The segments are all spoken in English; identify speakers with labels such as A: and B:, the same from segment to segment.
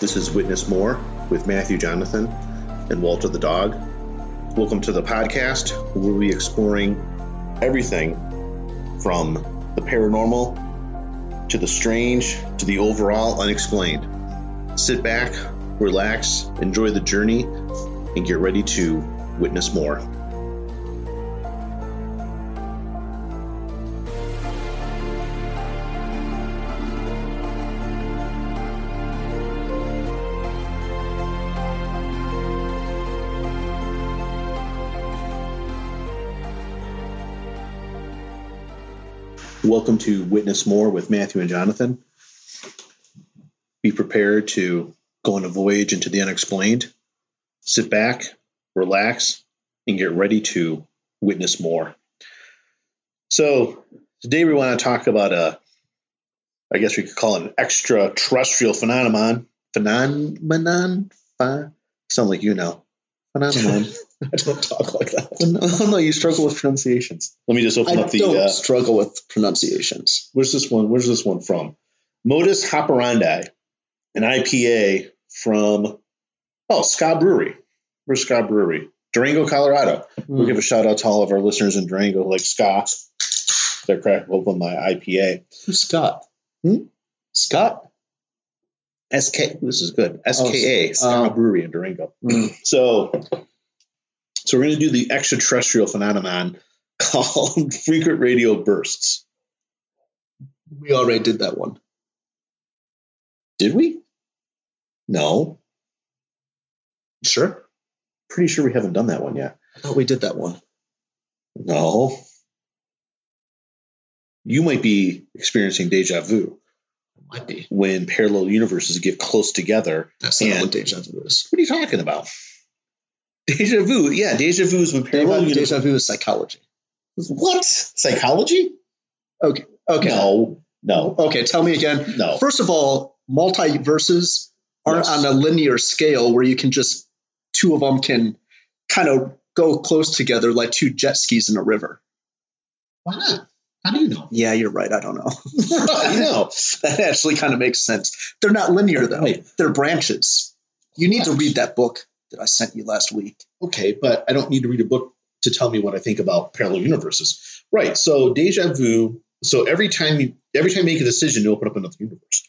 A: This is Witness More with Matthew Jonathan and Walter the Dog. Welcome to the podcast. We'll be exploring everything from the paranormal to the strange to the overall unexplained. Sit back, relax, enjoy the journey, and get ready to witness more. Welcome to Witness More with Matthew and Jonathan. Be prepared to go on a voyage into the unexplained. Sit back, relax, and get ready to witness more. So, today we want to talk about a, I guess we could call it an extraterrestrial phenomenon. Phenomenon? Ph- sound like you know. Phenomenon.
B: I don't talk like that.
A: oh, no, you struggle with pronunciations. Let me just
B: I
A: open up the.
B: don't
A: uh,
B: struggle with pronunciations.
A: where's this one? Where's this one from? Modus Operandi, an IPA from oh Scott Brewery. Where's Scott Brewery? Durango, Colorado.
B: Hmm.
A: We'll give a shout out to all of our listeners in Durango, like Scott. They're cracking open my IPA.
B: Who's Scott?
A: Hmm?
B: Scott?
A: SK. This is good. SKA Scott
B: oh.
A: Brewery in Durango.
B: Mm.
A: So, so we're gonna do the extraterrestrial phenomenon called frequent radio bursts.
B: We already did that one.
A: Did we? No.
B: Sure.
A: Pretty sure we haven't done that one yet.
B: I thought we did that one.
A: No. You might be experiencing deja vu
B: Might be.
A: when parallel universes get close together.
B: That's not
A: And-
B: what deja vu is.
A: What are you talking about? Deja vu. Yeah, deja vu is when parallel
B: Deja,
A: universes.
B: deja vu is psychology.
A: What? Psychology?
B: Okay.
A: No, no,
B: Okay, tell me again.
A: no.
B: First of all, multiverses aren't
A: Yes.
B: on a linear scale where you can just, two of them can kind of go close together like two jet skis in a river.
A: Why not? How do you know?
B: Yeah, you're right. I don't know.
A: I know.
B: That actually kind of makes sense. They're not linear though.
A: Right.
B: They're branches. You need to
A: Right.
B: read that book that I sent you last week.
A: Okay, but I don't need to read a book to tell me what I think about parallel universes. Right. So deja vu. So every time you every time you make a decision, you open up another universe.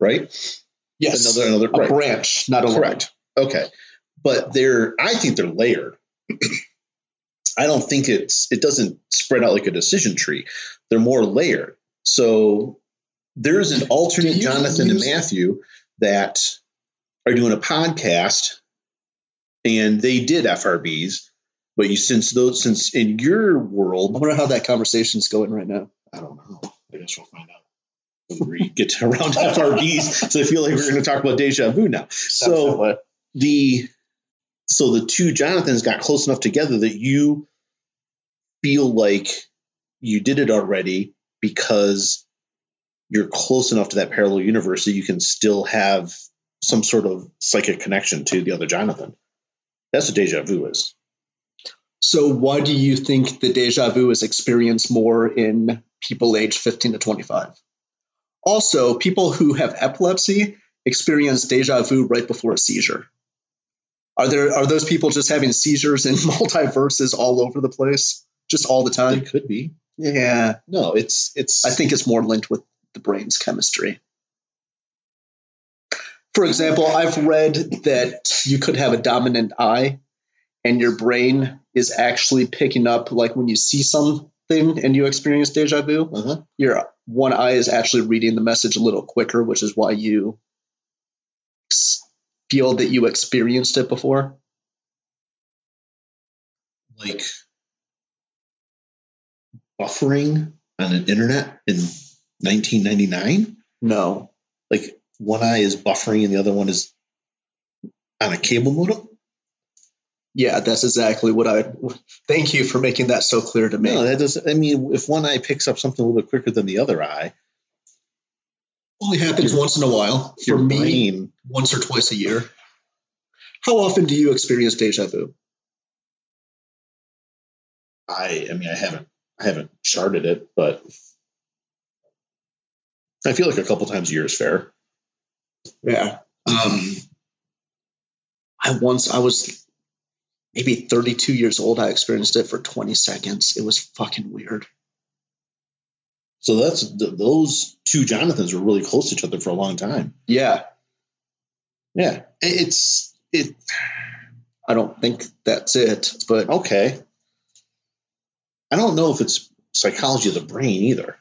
A: Right. Another another
B: a
A: right.
B: branch, not a
A: Correct. Okay. But they're I think they're layered. I don't think it's it doesn't spread out like a decision tree. They're more layered. So there's an alternate
B: Do you
A: Jonathan and
B: use-
A: Matthew that are doing a podcast and they did FRBs, but you since those since in your
B: line. I
A: world
B: wonder how that conversation's going right now.
A: I don't know. I guess we'll find out when we get to around FRBs. So I feel like we're gonna talk about deja vu now
B: Sounds that way.
A: the so the two Jonathans got close enough together that you feel like you did it already because you're close enough to that parallel universe that you can still have some sort of psychic connection to the other Jonathan. That's what deja vu is.
B: so why do you think the deja vu is experienced more in people aged 15 to 25? Also, people who have epilepsy experience deja vu right before a seizure. Are there are those people just having seizures in multiverses all over the place? Just all the time?
A: It could be.
B: Yeah.
A: No, it's it's
B: I think it's more linked with the brain's chemistry. For example, I've read that you could have a dominant eye and your brain is actually picking up, like when you see something and you experience deja vu,
A: uh-huh.
B: your one eye is actually reading the message a little quicker, which is why you s- feel that you experienced it before.
A: like buffering on an internet in 1999.
B: No.
A: like one eye is buffering and the other one is on a cable modem.
B: Yeah, that's exactly what I. Thank you for making that so clear to me.
A: No, that doesn't. I mean, if one eye picks up something a little bit quicker than the other eye,
B: only happens once in a while. For
A: your
B: me,
A: brain.
B: once or twice a year. How often do you experience deja vu?
A: I, I mean, I haven't, I haven't charted it, but I feel like a couple times a year is fair.
B: Yeah. Um, I once, I was maybe 32 years old. I experienced it for 20 seconds. It was fucking weird.
A: So that's th- those two Jonathans were really close to each other for a long time.
B: Yeah.
A: Yeah, It- it's it
B: I don't think that's it, but
A: okay. I don't know if it's psychology of the brain either.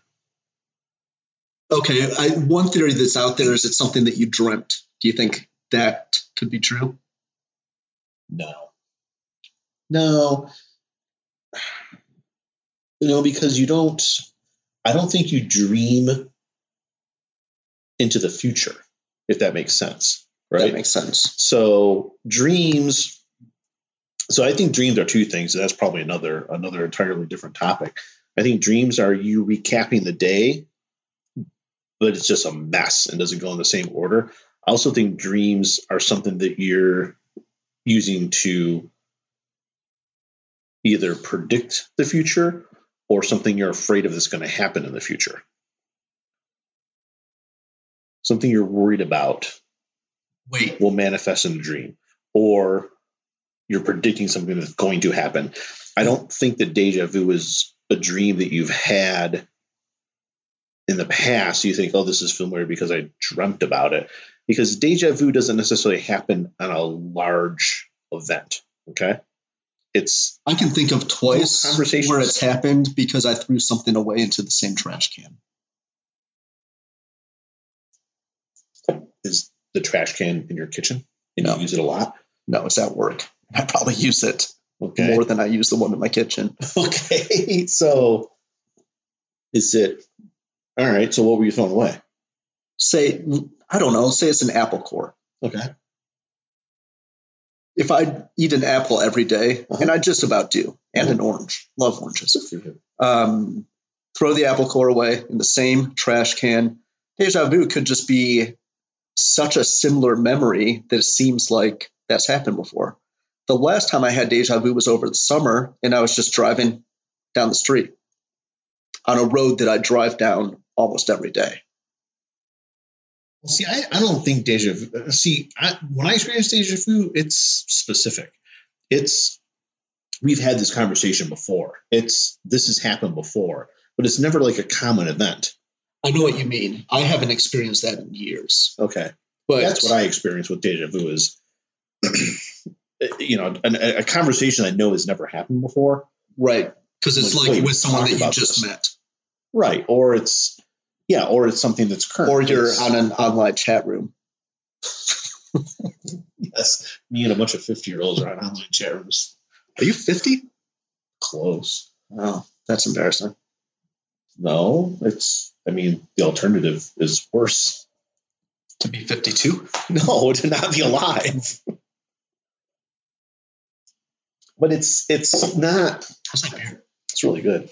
B: okay. I, one theory that's out there is it's something that you dreamt. Do you think that could be true?
A: No. No. You know, because you don't, I don't think you dream into the future, if that makes sense.
B: That
A: Right.
B: makes sense.
A: so dreams. So I think dreams are two things. That's probably another another entirely different topic. I think dreams are you recapping the day, but it's just a mess and doesn't go in the same order. I also think dreams are something that you're using to either predict the future or something you're afraid of that's going to happen in the future. Something you're worried about
B: Wait.
A: will manifest in a dream, or you're predicting something that's going to happen. I don't think that deja vu is a dream that you've had in the past. You think, oh, this is familiar because I dreamt about it. Because deja vu doesn't necessarily happen on a large event. Okay. It's
B: I can think of twice
A: Whole conversations.
B: where it's happened because I threw something away into the same trash can.
A: is the trash can in your kitchen and
B: No.
A: you use it a lot.
B: No, it's at work. I probably use it
A: Okay.
B: more than I use the one in my kitchen.
A: okay. So is it all right? So what were you throwing away?
B: Say, I don't know, say it's an apple core.
A: Okay.
B: If I eat an apple every day,
A: Uh-huh.
B: and I just about do, and an orange, love oranges, um, throw the apple core away in the same trash can. Deja vu could just be such a similar memory that it seems like that's happened before. The last time I had deja vu was over the summer, and I was just driving down the street on a road that I drive down almost every day.
A: Well, see, I, I don't think deja vu. uh, See, I, when I experience deja vu, it's specific. It's we've had this conversation before. It's this has happened before, but it's never like a common event.
B: I know what you mean. I haven't experienced that in years,
A: Okay,
B: but
A: that's what I experience with deja vu is, you know, an, a a conversation I know has never happened before.
B: right because it's
A: Like,
B: like
A: wait,
B: with someone
A: talk
B: that you
A: about
B: just
A: this.
B: met,
A: Right, or it's yeah, or it's something that's current.
B: or you're
A: It's-
B: on an online chat room.
A: yes, me and a bunch of fifty year olds are on online chat rooms.
B: Are you fifty?
A: Close.
B: Oh, that's embarrassing.
A: No, it's. I mean, the alternative is worse.
B: To be fifty-two.
A: No, to not be alive. But it's it's not.
B: How's that beer?
A: It's really good.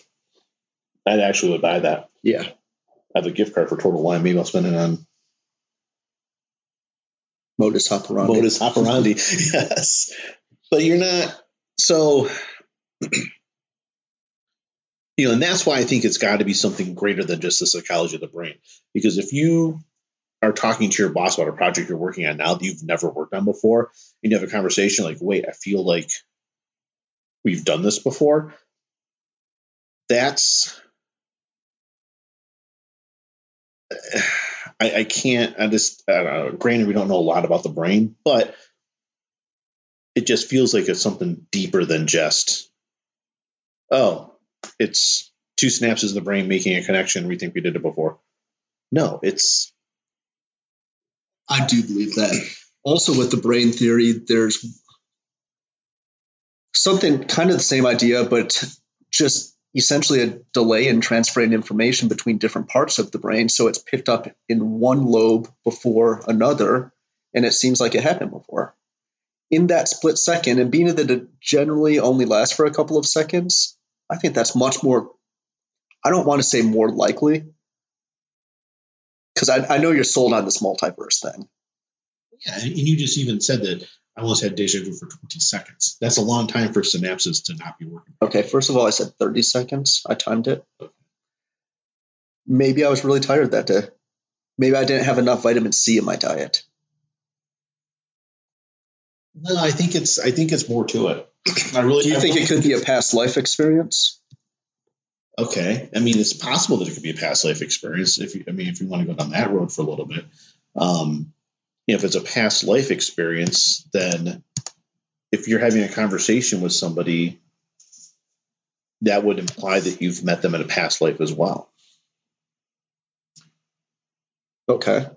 A: I actually would buy that.
B: Yeah.
A: I have a gift card for Total Wine. Maybe I'll spend it on
B: Modus operandi.
A: modus operandi. yes, but you're not. So, you know, and that's why I think it's got to be something greater than just the psychology of the brain. Because if you are talking to your boss about a project you're working on now that you've never worked on before, and you have a conversation like, wait, I feel like we've done this before, that's. I, I can't, I just, I don't know. Granted, we don't know a lot about the brain, but it just feels like it's something deeper than just, oh, it's two synapses in the brain making a connection. We think we did it before. No, it's
B: I do believe that. Also, with the brain theory, there's something kind of the same idea, but just essentially a delay in transferring information between different parts of the brain. So it's picked up in one lobe before another, and it seems like it happened before. In that split second, and being that it generally only lasts for a couple of seconds, I think that's much more, I don't want to say more likely, because I, I know you're sold on this multiverse thing.
A: Yeah, and you just even said that I almost had deja vu for 20 seconds. That's a long time for synapses to not be working.
B: Okay, first of all, I said 30 seconds. I timed it. Maybe I was really tired that day. Maybe I didn't have enough vitamin C in my diet.
A: No, I think it's I think it's more to it. I really
B: Do you
A: I
B: think
A: really
B: it could be a past life experience?
A: Okay, I mean, it's possible that it could be a past life experience. If you, I mean, if you want to go down that road for a little bit, um, if it's a past life experience, then if you're having a conversation with somebody, that would imply that you've met them in a past life as well.
B: Okay.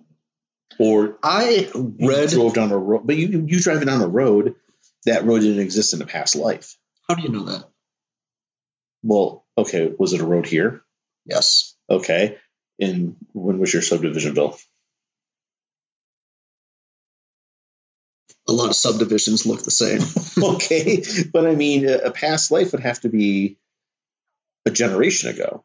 A: Or
B: I
A: you
B: read.
A: drove down a road, but you you- you driving down a road that road didn't exist in a past life.
B: How do you know that?
A: Well, okay, was it a road here?
B: Yes.
A: Okay, and when was your subdivision built?
B: A lot of subdivisions look the same.
A: okay, but I mean, a, a past life would have to be a generation ago.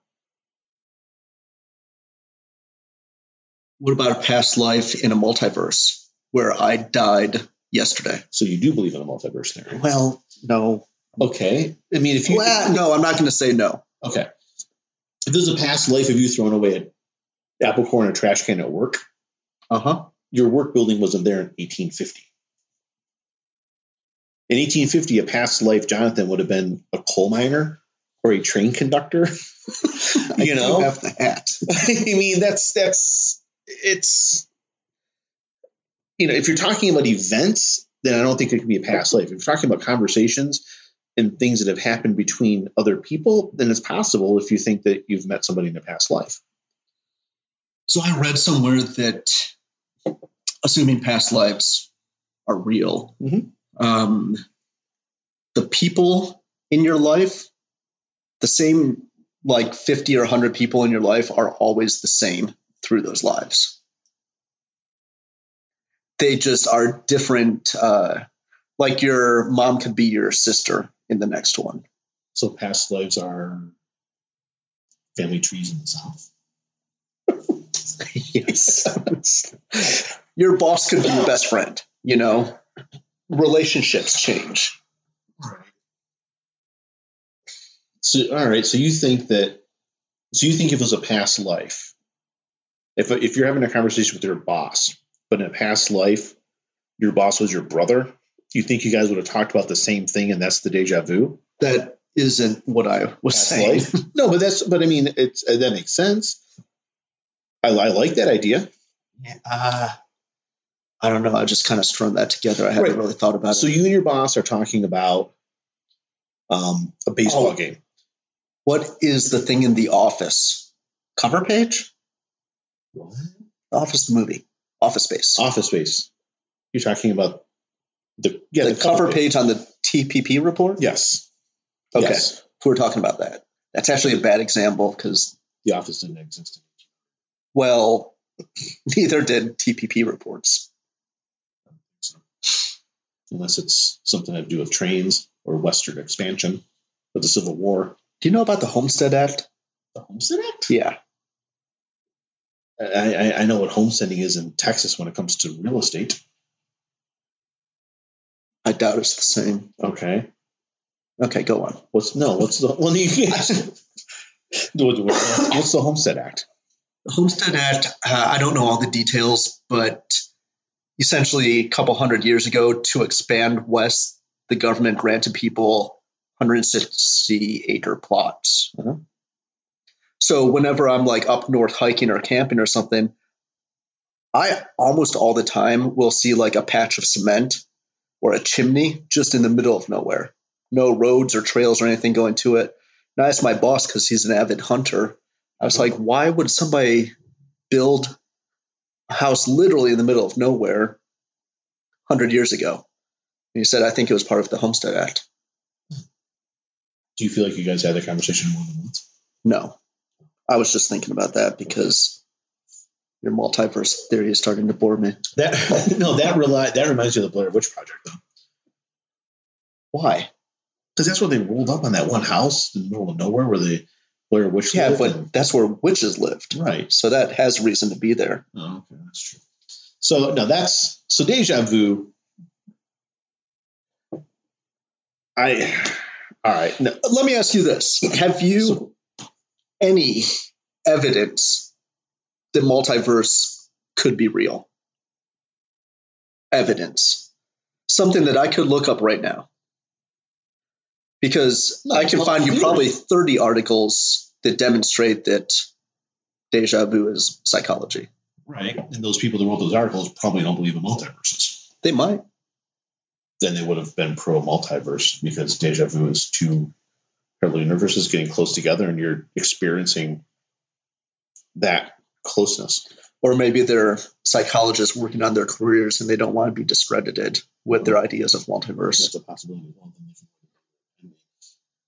B: What about a past life in a multiverse where I died yesterday?
A: So you do believe in a multiverse theory?
B: Well, no.
A: Okay, I mean, if you
B: no, I'm not going to say no.
A: okay, if there's a past life of you throwing away an apple core in a trash can at work,
B: Uh huh.
A: your work building wasn't there in 1850. In 1850, a past life Jonathan would have been a coal miner or a train conductor. You know?
B: have the hat.
A: I mean, that's that's it's you know, if you're talking about events, then I don't think it can be a past life. If you're talking about conversations and things that have happened between other people, then it's possible if you think that you've met somebody in a past life.
B: So I read somewhere that assuming past lives are real,
A: Mhm.
B: um, the people in your life, the same like 50 or 100 people in your life are always the same through those lives. They just are different. Uh, like your mom could be your sister in the next one.
A: So past lives are family trees in the south. yes.
B: Your boss could be your best friend, you know? Relationships change.
A: So all right, so you think that so you think if it was a past life, if if you're having a conversation with your boss, but in a past life, your boss was your brother, you think you guys would have talked about the same thing and that's the deja vu?
B: that isn't what I was
A: Past
B: saying.
A: life? No, but that's but I mean it's uh, that makes sense. I, I like that idea.
B: Uh, I don't know. I just kind of strung that together. I hadn't
A: Right.
B: really thought about
A: So
B: it.
A: you and your boss are talking about um, a baseball
B: Oh.
A: game.
B: What is the thing in the office? Cover page? The office the movie. Office space.
A: Office Space. You're talking about the yeah
B: the, cover page on the TPP report?
A: Yes.
B: Okay.
A: Yes.
B: We're talking about that. That's actually a bad example because,
A: The Office didn't exist.
B: well, neither did TPP reports.
A: unless it's something to do with trains or Western expansion or the Civil War.
B: Do you know about the Homestead Act?
A: The Homestead Act?
B: Yeah.
A: I, I, I know what homesteading is in Texas when it comes to real estate.
B: I doubt it's the same.
A: Okay.
B: Okay, go on.
A: What's no? What's the well? You can't. What's the Homestead Act?
B: The Homestead Act, uh, I don't know all the details, but essentially a couple hundred years ago to expand west, the government granted people 160 acre plots.
A: Uh-huh.
B: So whenever I'm like up north hiking or camping or something, I almost all the time will see like a patch of cement or a chimney just in the middle of nowhere. No roads or trails or anything going to it. And I asked my boss because he's an avid hunter. I was like, why would somebody build a house literally in the middle of nowhere 100 years ago? And he said, I think it was part of the Homestead Act.
A: Do you feel like you guys had that conversation more than once?
B: No, I was just thinking about that because your multiverse theory is starting to bore me.
A: That no, that rely that reminds you of the Blair Witch Project though,
B: Why?
A: because that's where they rolled up on that one house in the middle of nowhere where the Blair Witch
B: Yeah,
A: lived
B: but
A: and-
B: that's where witches lived.
A: right.
B: So that has reason to be there.
A: Oh, okay, that's true. So no, that's so deja vu. I all right. No,
B: Let me ask you this Have you any evidence the multiverse could be real? Evidence. something that I could look up right now. Because
C: No,
B: I can
C: well,
B: find you
C: theory-
B: probably 30 articles that demonstrate that deja vu is psychology.
A: Right. And those people that wrote those articles probably don't believe in multiverses.
B: They might.
A: Then they would have been pro multiverse because deja vu is two parallel universes getting close together and you're experiencing that closeness.
B: Or maybe they're psychologists working on their careers and they don't want to be discredited with their ideas of multiverse.
A: That's a possibility. as well.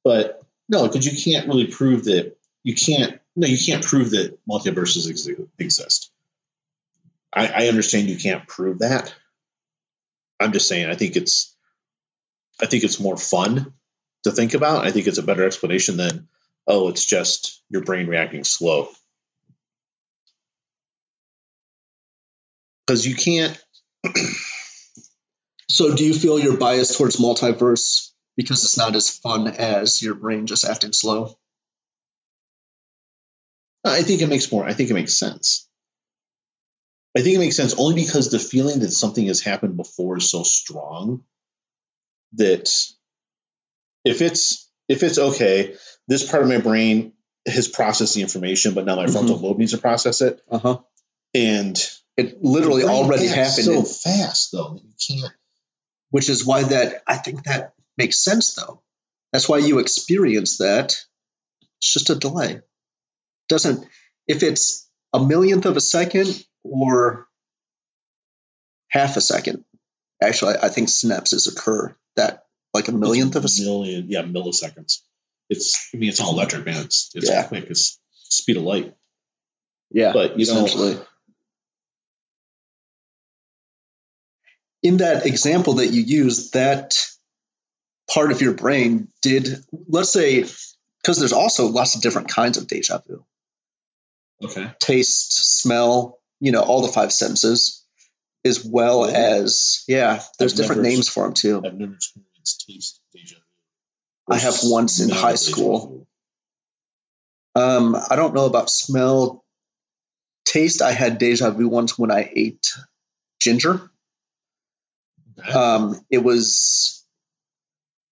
A: But no, because you can't really prove that you can't. No, you can't prove that multiverses ex- exist. I, I understand you can't prove that. I'm just saying. I think it's. I think it's more fun to think about. I think it's a better explanation than, oh, it's just your brain reacting slow. Because you can't.
B: So, do you feel you're biased towards multiverse because it's not as fun as your brain just acting slow?
A: I think it makes more. I think it makes sense. I think it makes sense only because the feeling that something has happened before is so strong that if it's if it's okay, this part of my brain has processed the information, but now my frontal lobe needs to process it,
B: Uh huh.
A: and
B: It literally
A: the brain
B: already
A: acts
B: happened,
A: so
B: and-
A: fast though that you can't.
B: which is why that I think that makes sense though. That's why you experience that. It's just a delay. Doesn't if it's a millionth of a second or half a second. Actually, I I think synapses occur that like a millionth of a second.
A: million, yeah, milliseconds. It's I mean it's all electric, man. It's it's
B: Yeah.
A: quick. It's speed of light.
B: Yeah,
A: But you know,
B: essentially. in that example that you used, that part of your brain did, let's say, because there's also lots of different kinds of deja vu
A: okay,
B: taste, smell, you know, all the five senses, as well
A: Really?
B: as, yeah, there's
A: I've
B: different
A: never-
B: names for them too.
A: I've never experienced taste deja vu.
B: I have once in
A: Not
B: high
A: deja
B: school.
A: vu.
B: Um, I don't know about smell. Taste, I had deja vu once when I ate ginger.
A: Okay.
B: um, it was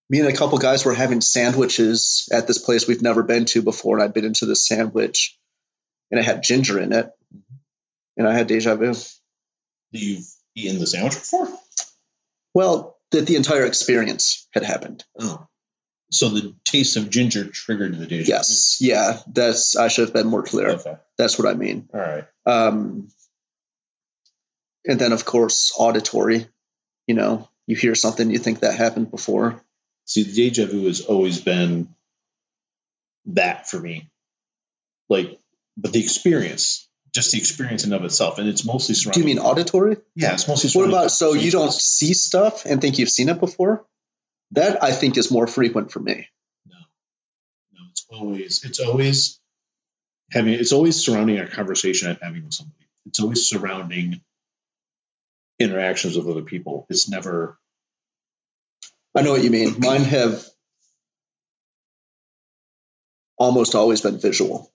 B: me and a couple guys were having sandwiches at this place we've never been to before, and I bit into this sandwich, and it had ginger in it, and I had deja vu.
A: that you've eaten the sandwich before?
B: Well, that the entire experience had happened.
A: Oh. So the taste of ginger triggered the deja vu.
B: Yes, yeah, that's I should have been more clear.
A: Okay.
B: That's what I mean.
A: All right.
B: Um, and then of course auditory, you know, you hear something, you think that happened before.
A: See, the deja vu has always been that for me. Like, but the experience, just the experience in of itself, and it's mostly
B: Do
A: surrounded.
B: you mean auditory?
A: Yeah, it's mostly
B: What
A: surrounded.
B: about so you don't see stuff and think you've seen it before? That I think is more frequent for me.
A: No, it's always it's always having it's always surrounding a conversation I'm having with somebody. It's always surrounding interactions with other people. It's never
B: I know what you mean. Mine have almost always been visual.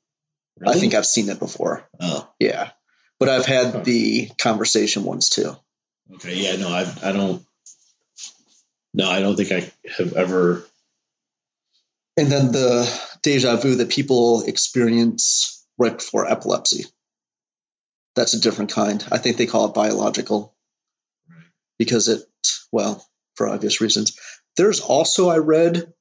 B: I think I've seen it before.
A: Oh,
B: Yeah. But I've
A: Huh.
B: had the conversation ones too.
A: okay. Yeah, no, I I don't no, I don't think I have ever
B: And then the deja vu that people experience right before epilepsy. That's a different kind. I think they call it biological
A: Right.
B: because it, well, for obvious reasons. There's also, I read,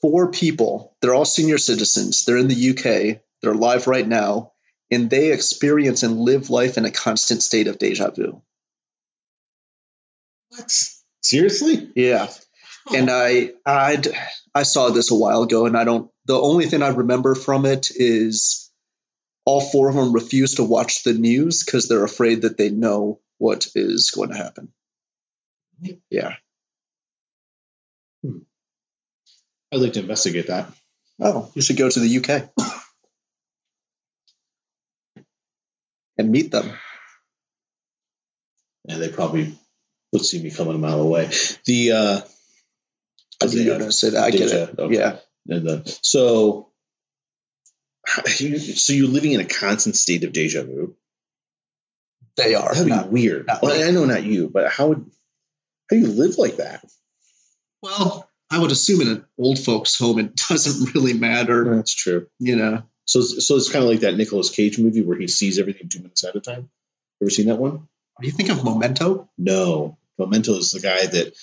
B: four people. They're all senior citizens. They're in the UK. They're live right now. And they experience and live life in a constant state of deja vu.
A: What? Seriously?
B: Yeah. and I I'd, I saw this a while ago, and I don't. The only thing I remember from it is all four of them refuse to watch the news because they're afraid that they know what is going to happen. Yeah.
A: I'd like to investigate that.
B: Oh, you should go to the UK and meet them.
A: And they probably would see me coming a mile away. The uh
B: I knew you were going to say that. I get it.
A: Deja, okay.
B: Yeah.
A: And then, so, so you're living in a constant state of deja vu.
B: They are.
A: That'd be
B: not-
A: weird.
B: not
A: well,
B: me.
A: I know not you, but how would How do you live like that?
B: Well, I would assume in an old folks' home, it doesn't really matter,
A: That's true.
B: you know.
A: So, it's- so it's kind of like that Nicolas Cage movie where he sees everything two minutes at a time. Ever seen that one?
B: Do you think of Memento?
A: No. Memento is the guy that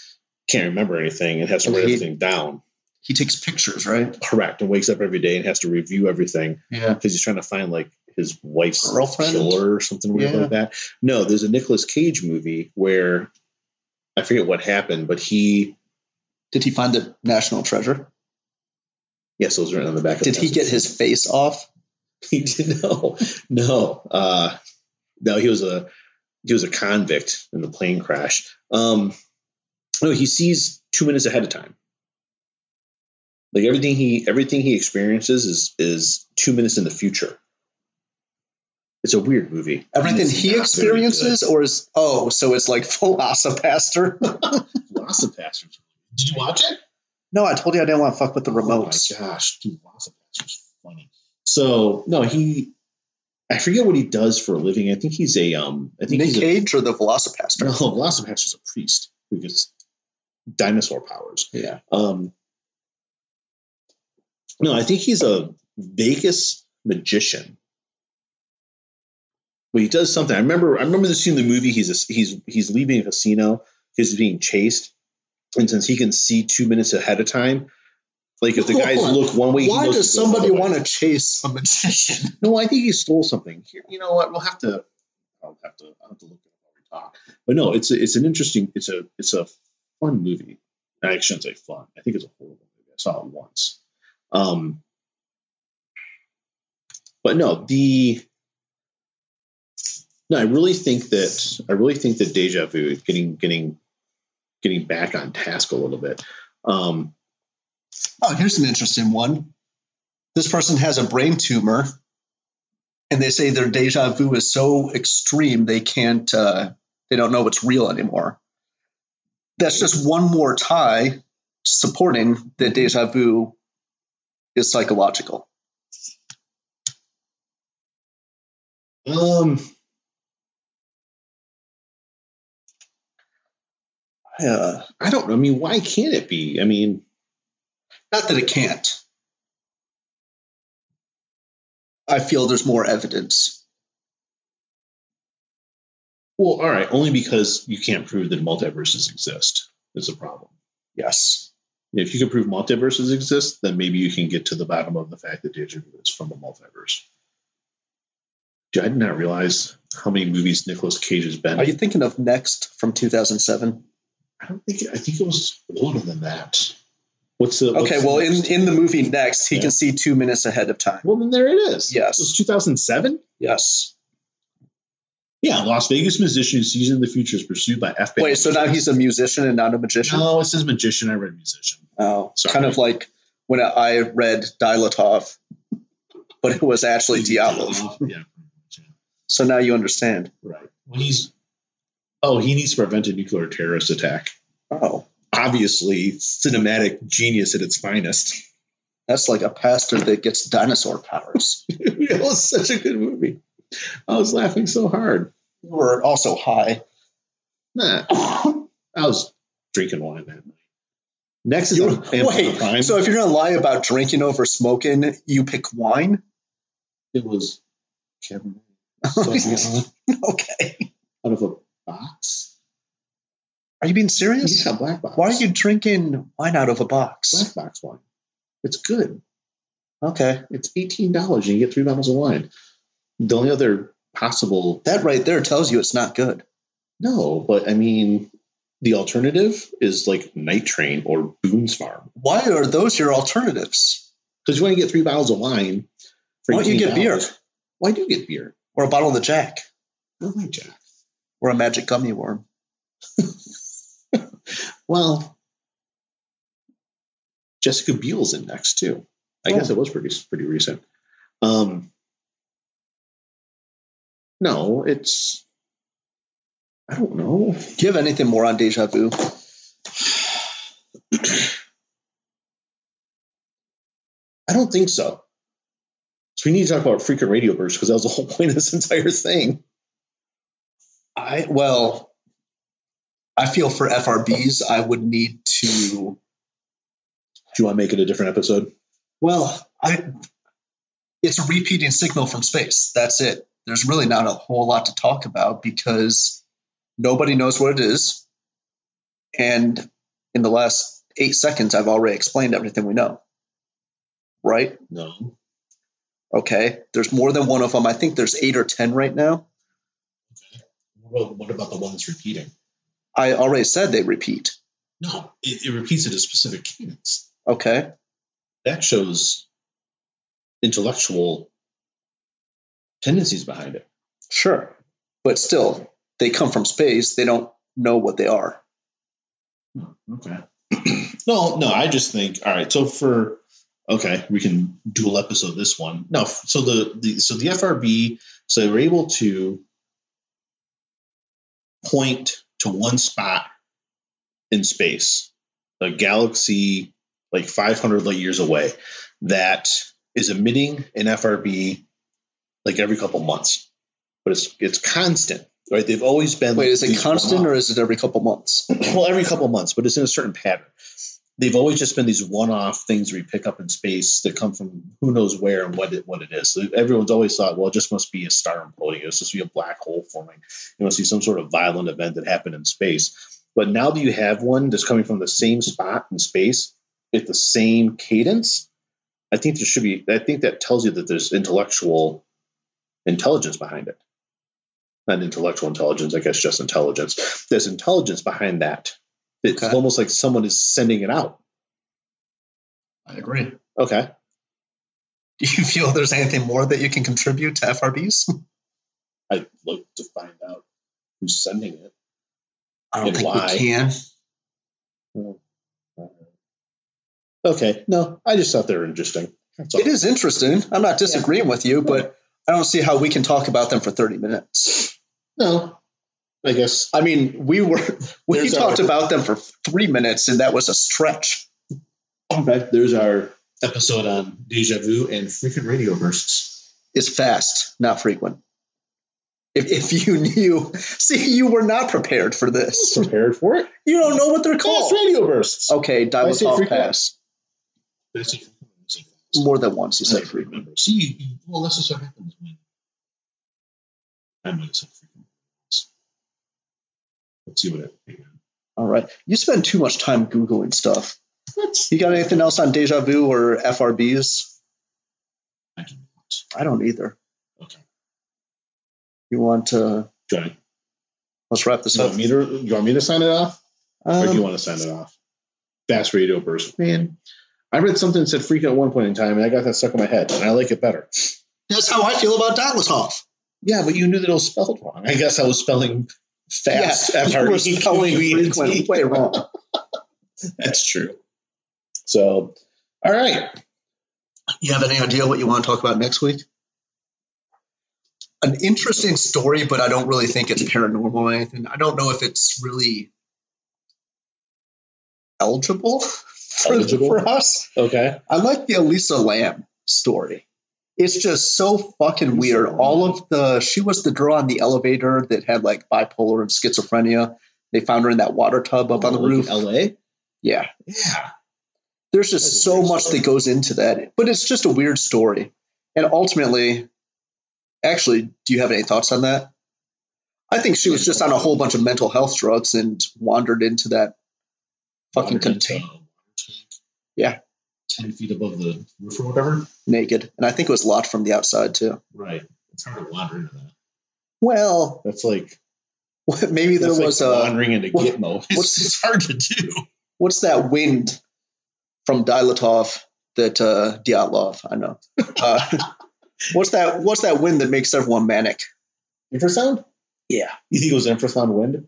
A: can't remember anything and has to
B: And
A: write
B: he-
A: everything down.
B: He takes pictures, right?
A: Correct. And wakes up every day and has to review everything
B: Yeah.
A: because he's trying to find like his wife's
B: Girlfriend?
A: killer or something weird
B: Yeah.
A: like that. No, there's a Nicolas Cage movie where I forget what happened, but he
B: Did he find the national treasure?
A: yes, those are on the back. of
B: Did
A: the
B: he get his face off?
A: He did no, no, uh, no. He was a he was a convict in the plane crash. Um, no, he sees two minutes ahead of time. Like everything he everything he experiences is is two minutes in the future. It's a weird movie.
B: Everything
A: It's not
B: he
A: very
B: experiences, or is oh, so it's like Velocipaster?
A: good. Velocipastors. Did you watch it?
B: no, I told you I didn't want to fuck with the remotes.
A: Oh my gosh, dude, Velocipastors is funny. So no, he. I forget what he does for a living. I think he's a um. I think
B: Nick
A: he's a,
B: Cage or the Velocipaster?
A: No, Velocipastor's a priest who gets dinosaur powers.
B: Yeah.
A: Um, no, I think he's a Vegas magician. But he does something. I remember. I remember the scene in the movie. He's a, he's he's leaving a casino. He's being chased, and since he can see two minutes ahead of time, like if the guys
B: Why
A: look one way, he
B: Why
A: knows it goes
B: does
A: the
B: somebody
A: other way.
B: want to chase a magician?
A: No, I think he stole something. Here, you know what? We'll have to. I'll have to. I'll have to look at while we talk. But no, it's a, it's an interesting. It's a it's a fun movie. I shouldn't say fun. I think it's a horrible movie. I saw it once. Um, but no, the no, I really think that I really think that Deja Vu is getting getting getting back on task a little bit. Um,
B: Oh, here's an interesting one. This person has a brain tumor, and they say their deja vu is so extreme they can't, uh, they don't know what's real anymore. That's just one more tie supporting that deja vu is psychological.
A: Um, uh, I don't. know. I mean, why can't it be? I mean,
B: Not that it can't. I feel there's more evidence.
A: well, all right, only because you can't prove that multiverses exist is a problem.
B: Yes.
A: If you can prove multiverses exist, then maybe you can get to the bottom of the fact that Deja Vu is from a multiverse. Dude, I did not realize how many movies Nicolas Cage has been.
B: Are you
A: in.
B: thinking of Next from 2007?
A: I don't think. I think it was older than that. What's the
B: Okay,
A: what's
B: well,
A: the
B: in,
A: next?
B: in the movie Next, he
A: Yeah.
B: can see two minutes ahead of time.
A: well, then there it is.
B: Yes.
A: it was two thousand seven.
B: Yes.
A: Yeah, Las Vegas musician who sees into the future is pursued by FBI.
B: Wait, so now he's a musician and not a magician?
A: no, it says magician. I read musician.
B: Oh,
A: Sorry.
B: kind of like when I read Dilatov, but it was actually Diatlov.
A: Yeah, pretty much, yeah,
B: So now you understand.
A: right. When he's oh, he needs to prevent a nuclear terrorist attack.
B: Oh,
A: Obviously, cinematic genius at its finest.
B: that's like a pastor that gets dinosaur powers.
A: it was such a good movie. I was laughing so hard.
B: you were also high.
A: Nah, I was drinking wine that night. Next is
B: You
A: on
B: were-
A: Amazon Prime.
B: wait, so if you're gonna lie about drinking over smoking, you pick wine?
A: it was Cabernet Sauvignon
B: okay.
A: out of a box.
B: Are you being serious?
A: Yeah, black box.
B: Why are you drinking wine out of a box?
A: black box wine. It's good.
B: Okay.
A: It's eighteen dollars and you get three bottles of wine. The only other possible
B: That right there tells you it's not good.
A: no, but I mean the alternative is like Night Train or Boone's Farm.
B: Why are those your alternatives?
A: Because you want to get three bottles of wine for
B: Why don't you get beer
A: $18. Why do you get beer?
B: or a bottle of the Jack
A: Oh my Jack.
B: or a magic gummy worm?
A: Well Jessica Biel's in next too. I guess
B: Oh.
A: it was pretty pretty recent. Um no, it's I don't know.
B: Do you have anything more on deja vu?
A: I don't think so. So we need to talk about freaking radio bursts because that was the whole point of this entire thing.
B: I well, I feel for FRBs, I would need to.
A: Do you want to make it a different episode?
B: Well, I. It's a repeating signal from space. That's it. There's really not a whole lot to talk about because nobody knows what it is. And in the last eight seconds, I've already explained everything we know. Right?
A: No.
B: Okay. There's more than one of them. I think there's eight or 10 right now.
A: Well, what about the one that's repeating?
B: I already said they repeat.
A: No, it, it repeats at a specific cadence.
B: Okay.
A: That shows intellectual tendencies behind it.
B: Sure. But still, they come from space. They don't know what they are.
A: Okay. no, no, I just think all right. So for okay, we can dual episode this one. No, f- so the, the so the FRB, so they were able to point to one spot in space, a galaxy like 500 light years away, that is emitting an FRB like every couple months, but it's it's constant. Right, they've always been.
B: Wait, is it
A: these
B: constant
A: one-off-
B: or is it every couple months?
A: well, every couple of months, but it's in a certain pattern. They've always just been these one-off things we pick up in space that come from who knows where and what it, what it is. So everyone's always thought, well, it just must be a star imploding. It must be a black hole forming. It must be some sort of violent event that happened in space. But now that you have one that's coming from the same spot in space at the same cadence, I think there should be. I think that tells you that there's intellectual intelligence behind it. Not intellectual intelligence, I guess, just intelligence. There's intelligence behind that. It's
B: Okay.
A: almost like someone is sending it out.
B: I agree.
A: Okay.
B: Do you feel there's anything more that you can contribute to FRBs?
A: I'd like to find out who's sending it.
B: I don't
A: And
B: think
A: why?
B: we can.
A: Okay. No, I just thought they were interesting. That's all.
B: It is interesting. I'm not disagreeing with you, but I don't see how we can talk about them for 30 minutes.
A: No, I guess.
B: I mean, we were we
A: There's
B: talked
A: our-
B: about them for three minutes, and that was a stretch.
A: Okay. There's our episode on deja vu and frequent radio bursts.
B: It's fast, not frequent. If, if you knew, see, you were not prepared for this.
A: Prepared for it?
B: You don't know what they're
A: Fast
B: called.
A: radio bursts.
B: Okay,
A: I
B: Dial
A: say
B: off
A: frequent.
B: pass.
A: That's it.
B: More than once, you
A: I
B: said
A: don't
B: frequent.
A: remember. See, you, you, well, this is what happens when I might have said freaking. Let's see what I
B: All right. You spend too much time Googling stuff.
A: That's
B: You got anything else on deja vu or FRBs?
A: I don't know.
B: I don't either.
A: Okay.
B: You want to,
A: Johnny,
B: let's wrap this
A: so,
B: up.
A: me to, you want me to sign it off, or do
B: Um,
A: you want to sign it off? Fast radio burst, man. I read something that said freak at one point in time, and I got that stuck in my head, and I like it better.
B: That's how I feel about Dial-A-Off.
A: Yeah, but you knew that it was spelled wrong. I guess I was spelling fast. E.
B: Yeah, you were spelling
A: F-R-E-Q-U-E-N-T.
B: frequent way wrong.
A: That's true. So, all right.
B: You have any idea what you want to talk about next week? An interesting story, but I don't really think it's paranormal or anything. I don't know if it's really eligible for,
A: Eligible?
B: for us.
A: Okay.
B: I like the Elisa Lamb story. It's just so fucking
A: Elisa
B: weird.
A: Lam.
B: All of the she was the girl on the elevator that had like bipolar and schizophrenia. They found her in that water tub up on the
A: Oh, Like in
B: roof.
A: LA.
B: Yeah.
A: Yeah.
B: There's
A: That's a
B: just so
A: weird
B: much
A: story.
B: that goes into that. But it's just a weird story. And ultimately, actually, do you have any thoughts on that? I think she was just on a whole bunch of mental health drugs and wandered into that fucking
A: Water into
B: contain
A: a water tank.
B: Yeah.
A: 10 feet above the roof or whatever.
B: naked. And I think it was locked from the outside too.
A: Right. It's hard to wander into that.
B: Well,
A: That's like,
B: maybe there
A: that's like
B: was uh, a
A: wandering into
B: what-
A: Gitmo. It's, it's hard to do.
B: what's that wind from Dilatov that uh Dyatlov, I know. Uh, what's that what's that wind that makes everyone manic?
A: Infrasound?
B: Yeah.
A: You think it was infrasound wind?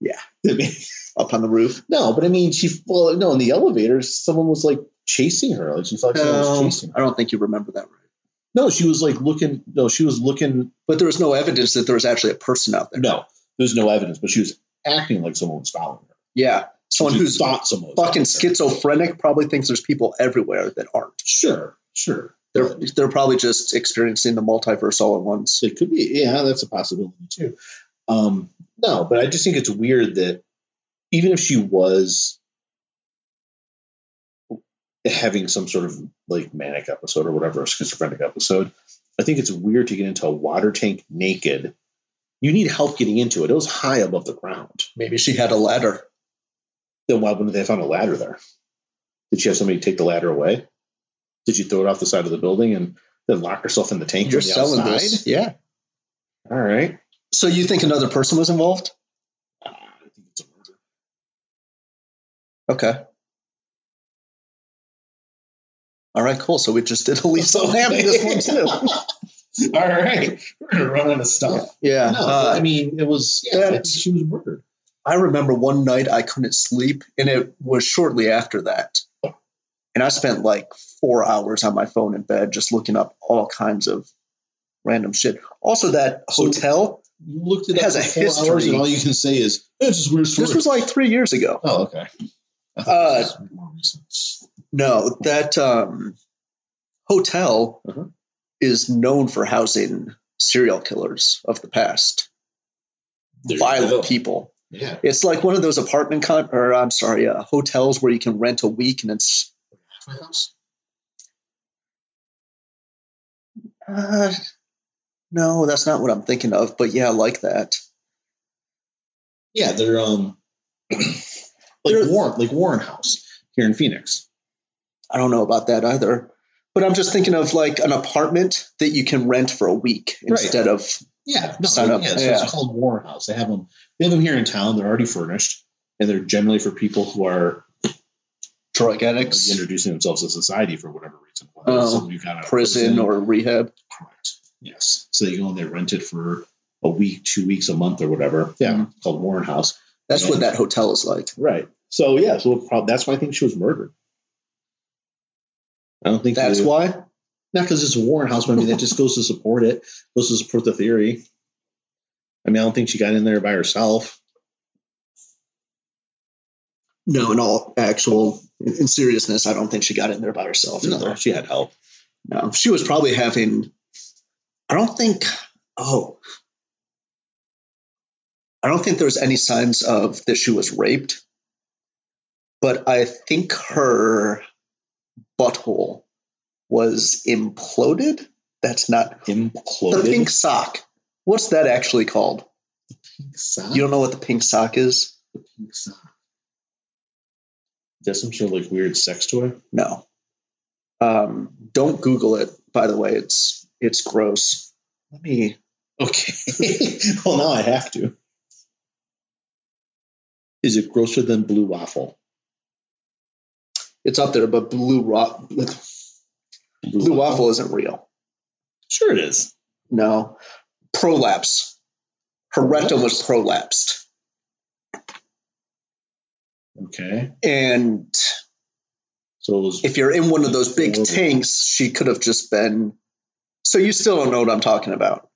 B: Yeah.
A: Yeah.
B: Up on the roof.
A: no, but I mean, she, well, no, in the elevator, someone was like chasing her. Like she felt like someone was
B: No,
A: chasing her.
B: Um, I don't think you remember that right.
A: No, she was like looking, no, she was looking,
B: But there was no evidence that there was actually a person out there.
A: no, there's no evidence, but she was acting like someone was following her.
B: Yeah. Someone
A: She
B: who's
A: thought someone was
B: fucking
A: following her.
B: schizophrenic probably thinks there's people everywhere that aren't.
A: Sure, sure.
B: They're they're probably just experiencing the multiverse all at once.
A: It could be. Yeah, that's a possibility too. Um, no, but I just think it's weird that even if she was having some sort of like manic episode or whatever, or schizophrenic episode, I think it's weird to get into a water tank naked. You need help getting into it. It was high above the ground.
B: Maybe she had a ladder.
A: Then why wouldn't they have found a ladder there? Did she have somebody take the ladder away? Did she throw it off the side of the building and then lock herself in the tank?
B: You're
A: from the
B: selling
A: outside?
B: this. Yeah.
A: All right.
B: So you think another person was involved?
A: Uh, I think it's a murder.
B: Okay. All right, cool. So we just did Elisa Lamb this one too.
A: too. All right. We're running a stuff.
B: Yeah.
A: No,
B: uh,
A: I mean, it was,
B: yeah,
A: yeah,
B: it's-
A: she was murdered.
B: I remember one night I couldn't sleep, and it was shortly after that. And I spent like four hours on my phone in bed just looking up all kinds of random shit. Also, that
A: So-
B: hotel,
A: You looked
B: It
A: it up
B: has
A: for
B: a
A: four hours,
B: history.
A: and all you can say is, it's just weird story.
B: this was like three years ago.
A: oh, okay. I
B: Uh,
A: thought this was more recent.
B: No, that um, hotel
A: Uh-huh.
B: is known for housing serial killers of the past,
A: There you go.
B: violent people.
A: Yeah.
B: It's like one of those apartment con- or I'm sorry, uh, hotels where you can rent a week and it's
A: My house.
B: uh, no, that's not what I'm thinking of. But yeah, like that.
A: Yeah, they're um, like
B: They're-
A: Warren, like Warren House here in Phoenix.
B: I don't know about that either. But I'm just thinking of like an apartment that you can rent for a week
A: Right.
B: instead of
A: Yeah, no,
B: Sign up,
A: yeah, so
B: yeah.
A: it's called Warren House. They have them. They have them here in town. They're already furnished, and they're generally for people who are
B: drug addicts,
A: introducing themselves to society for whatever reason. whether
B: Oh,
A: it's something you got out of
B: prison or rehab.
A: correct. Yes, so you go in there, rent it for a week, two weeks, a month, or whatever. Yeah,
B: Mhm.
A: called Warren House.
B: That's what
A: Yeah.
B: that hotel is like.
A: Right. So yeah, so prob- that's why I think she was murdered. I don't think
B: That's
A: they-
B: why.
A: not because it's a Warren House. but I mean, that just goes to support it. Goes to support the theory. I mean, I don't think she got in there by herself.
B: No, in all actual in, in seriousness, I don't think she got in there by herself. either.
A: No, she had help.
B: No, Um, she was probably having. I don't think. Oh, I don't think there was any signs of that she was raped, but I think her butthole was imploded. That's not
A: Imploded.
B: the pink sock. What's that actually called?
A: Pink sock.
B: You don't know what the pink sock is?
A: Pink sock. That's some sort of like weird sex toy.
B: No. Um, don't Google it. By the way, it's it's gross. Let me.
A: Okay. well, now I have to. Is it grosser than blue waffle?
B: It's up there, but blue rock. Blue waffle isn't real.
A: Sure, it is.
B: No. Prolapse. Her rectum was prolapsed.
A: Okay.
B: And
A: So it was.
B: if you're in one of those big tanks, she could have just been. So you still don't know what I'm talking about.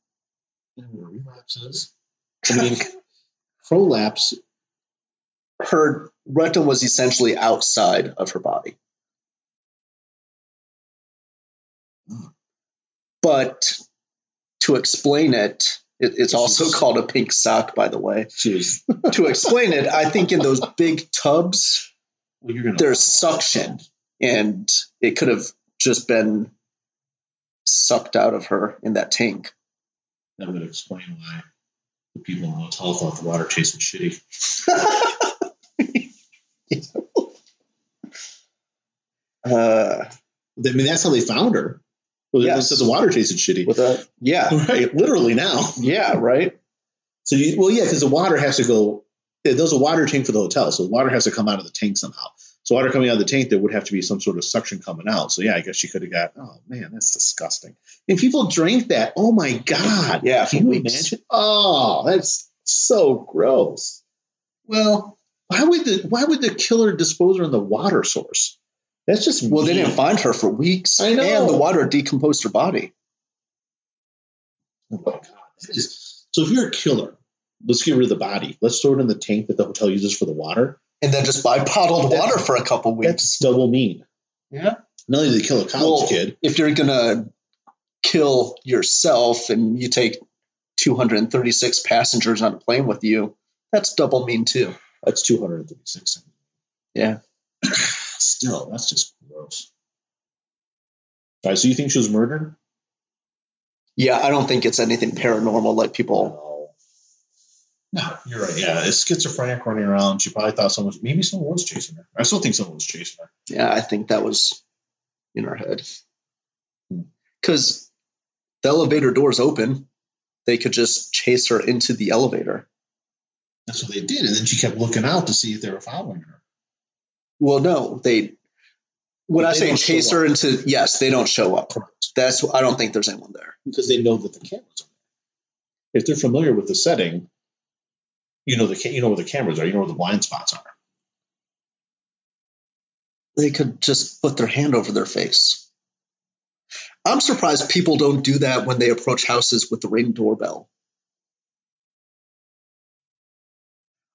A: relapses. I mean, prolapse.
B: her rectum was essentially outside of her body.
A: Hmm.
B: But to explain it, it it's also
A: is-
B: called a pink sock, by the way.
A: She was.
B: to explain it, I think in those big tubs,
A: Well, you're gonna.
B: there's suction and it could have just been sucked out of her in that tank
A: That would explain why the people in the hotel thought the water tasted shitty.
B: uh,
A: I mean, that's how they found her. Well, they
B: Yes.
A: said the water tasted shitty.
B: with a yeah
A: right, literally now.
B: yeah right
A: So, you, well, yeah, because the water has to go. There's a water tank for the hotel, so water has to come out of the tank somehow. So, water coming out of the tank, there would have to be some sort of suction coming out. So, yeah, I guess she could have got. Oh man, that's disgusting. And people drank that. Oh my god.
B: yeah for
A: Can you
B: weeks.
A: imagine? Oh, that's so gross.
B: well
A: Why would the Why would the killer dispose her in the water source? That's just
B: well they
A: mean.
B: didn't find her for weeks
A: I know.
B: and the water decomposed her body
A: Oh my god. That is- so if you're a killer, let's get rid of the body. Let's throw it in the tank that the hotel uses for the water.
B: and then just buy bottled
A: That's-
B: water for a couple
A: That's
B: weeks
A: double mean.
B: yeah
A: Not only did they kill a college
B: Well,
A: kid,
B: if you're gonna kill yourself and you take 236 passengers on a plane with you, that's double mean too.
A: That's 236.
B: Yeah.
A: Still, that's just gross. All right, so you think she was murdered?
B: Yeah, I don't think it's anything paranormal like people.
A: No. No, you're right. Yeah, it's schizophrenic running around. She probably thought someone was, maybe someone was chasing her. I still think someone was chasing her.
B: Yeah, I think that was in her head. Because the elevator door's open, they could just chase her into the elevator.
A: That's what they did. And then she kept looking out to see if they were following her.
B: Well, no, they.
A: But
B: When I
A: they
B: say
A: don't show
B: chase her
A: up.
B: into, yes, they don't show up.
A: Correct.
B: That's I don't think there's anyone there.
A: Because they know that the cameras are there. If they're familiar with the setting, you know the ca- you know where the cameras are, you know where the blind spots are.
B: They could just put their hand over their face. I'm surprised people don't do that when they approach houses with the ring doorbell.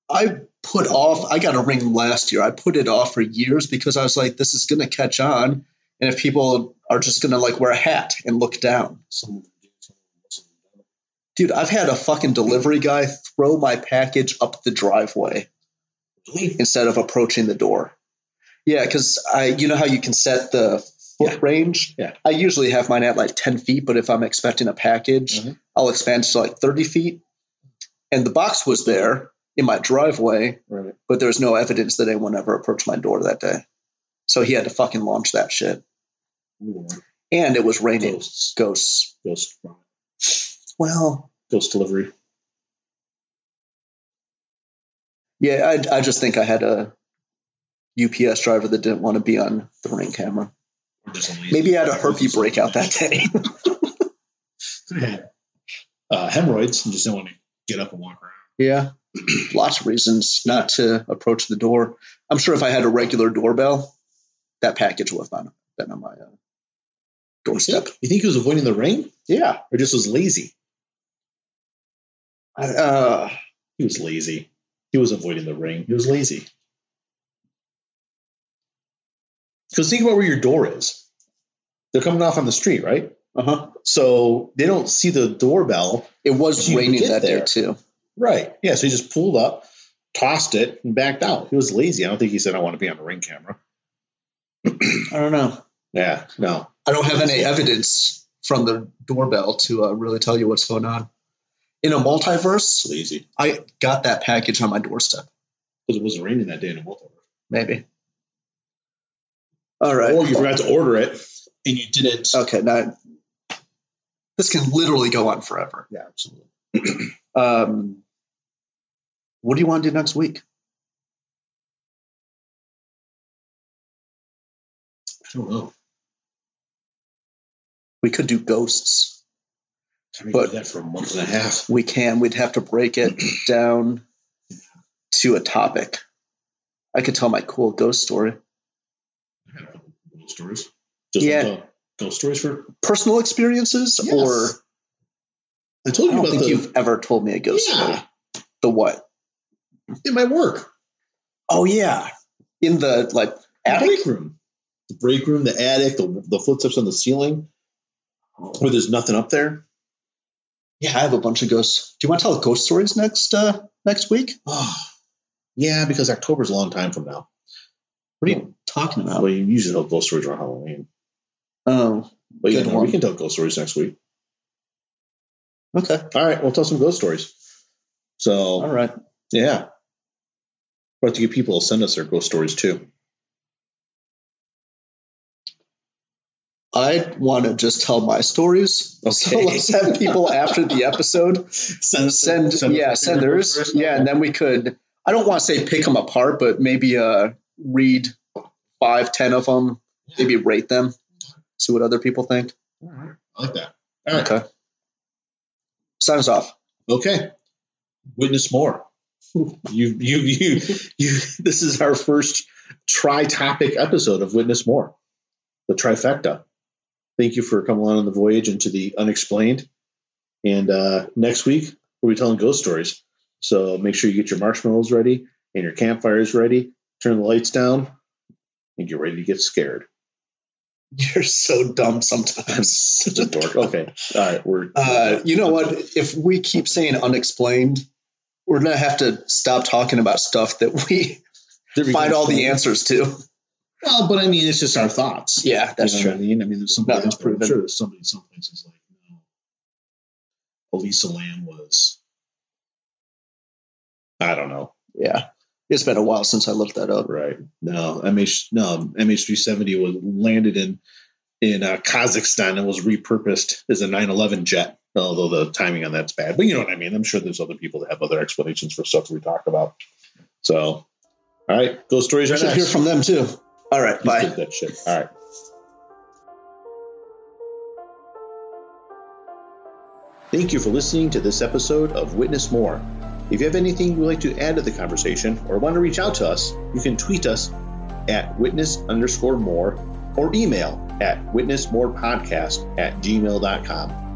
B: I put off, I got a ring last year. I put it off for years because I was like, this is going to catch on. And if people are just going to like wear a hat and look down.
A: Some of them do, some of them don't.
B: Dude, I've had a fucking delivery guy throw my package up the driveway.
A: Really?
B: instead of approaching the door. Yeah, because I, you know how you can set the foot
A: Yeah.
B: range.
A: Yeah.
B: I usually have mine at like ten feet, but if I'm expecting a package,
A: Mhm.
B: I'll expand to like thirty feet. And the box was there in my driveway,
A: Right.
B: but there was no evidence that anyone ever approached my door that day. So he had to fucking launch that shit,
A: Ooh,
B: and it was raining
A: Ghosts.
B: ghosts.
A: Ghost.
B: Well,
A: Ghost delivery.
B: yeah, I, I just think I had a UPS driver that didn't want to be on the ring camera.
A: Or just a lead.
B: Maybe I had a herpes breakout that day.
A: had uh, hemorrhoids and just didn't want to get up and walk around.
B: Yeah. Lots of reasons not to approach the door. I'm sure if I had a regular doorbell, that package would have been on my uh, doorstep.
A: You think he was avoiding the ring
B: Yeah.
A: or just was lazy?
B: I, uh,
A: He was lazy. He was avoiding the ring. He was lazy. Because think about where your door is. They're coming off on the street, right?
B: uh-huh.
A: So they don't see the doorbell.
B: It was
A: You
B: raining
A: get
B: that
A: there.
B: day, too.
A: Right. Yeah. So he just pulled up, tossed it, and backed out. He was lazy. I don't think he said, I want to be on the ring camera.
B: I don't know.
A: Yeah. No.
B: I don't have any evidence from the doorbell to uh, really tell you what's going on. In a
A: It's
B: multiverse,
A: lazy.
B: I got that package on my doorstep,
A: Because it wasn't raining that day in the world.
B: maybe. All right.
A: Or you forgot to order it Oh, and you didn't.
B: Okay, now this can literally go on forever.
A: Yeah, absolutely.
B: Um, what do you want to do next week?
A: I don't know.
B: We could do ghosts.
A: I haven't
B: But-
A: done that for a month and a half.
B: We can. We'd have to break it down to a topic. I could tell my cool ghost story.
A: I had a couple of ghost stories. Just
B: Yeah.
A: uh, ghost stories for.
B: Personal experiences, or
A: Yes. I told
B: I
A: you
B: don't
A: about
B: think
A: the.
B: you've ever told me a ghost
A: yeah,
B: story. The what?
A: in my work,
B: Oh yeah, in the like
A: the
B: attic.
A: break room, the break room, the attic, the, the footsteps on the ceiling, where there's nothing up there.
B: Yeah, I have a bunch of ghosts. Do you want to tell ghost stories next uh, next week?
A: Oh, yeah, because October's a long time from now.
B: What are you talking about?
A: Well, you usually tell ghost stories around Halloween,
B: Oh,
A: but yeah,
B: Good
A: no,
B: one.
A: we can tell ghost stories next week.
B: okay.
A: All right, we'll tell some ghost stories. So
B: All right.
A: yeah, we have to get people to send us their ghost stories too.
B: I want to just tell my stories. So
A: Okay.
B: let's have people after the episode
A: Send,
B: send, yeah, send theirs. Yeah, and then we could. I don't want to say pick them apart, but maybe uh, read five, ten of them. Maybe rate them. See what other people think.
A: I like that. All right.
B: Okay. Sign us off.
A: Okay. Witness more. you, you, you, you, this is our first tri topic episode of Witness More, the trifecta. Thank you for coming on the voyage into the unexplained. And uh, next week, we'll be telling ghost stories. So make sure you get your marshmallows ready and your campfires ready, turn the lights down, and get ready to get scared.
B: You're so dumb
A: I'm
B: sometimes.
A: such a dork. Okay. All right. We're,
B: Uh, you know what? If we keep saying unexplained, we're gonna have to stop talking about stuff that we
A: There we
B: find
A: go.
B: all the answers to.
A: Well, but I mean, it's just our thoughts.
B: Yeah, that's
A: you know
B: true.
A: What I mean, I mean, there's somebody.
B: Nothing's
A: out there-
B: proven.
A: I'm sure there's somebody someplace who's like, no, Elisa Lamb was. I don't know.
B: Yeah, it's been a while since I looked that up.
A: Right. No, MH no MH370 was landed in in uh, Kazakhstan and was repurposed as a 911 jet. Although the timing on that's bad, but you know what I mean. I'm sure there's other people that have other explanations for stuff we talk about. So, all right, those stories
B: We
A: are
B: should
A: next.
B: hear from them too. All right,
A: Just
B: bye.
A: did that shit. All right. Thank you for listening to this episode of Witness More. If you have anything you'd like to add to the conversation or want to reach out to us, you can tweet us at witness underscore more or email at witnessmorepodcast at gmail.com.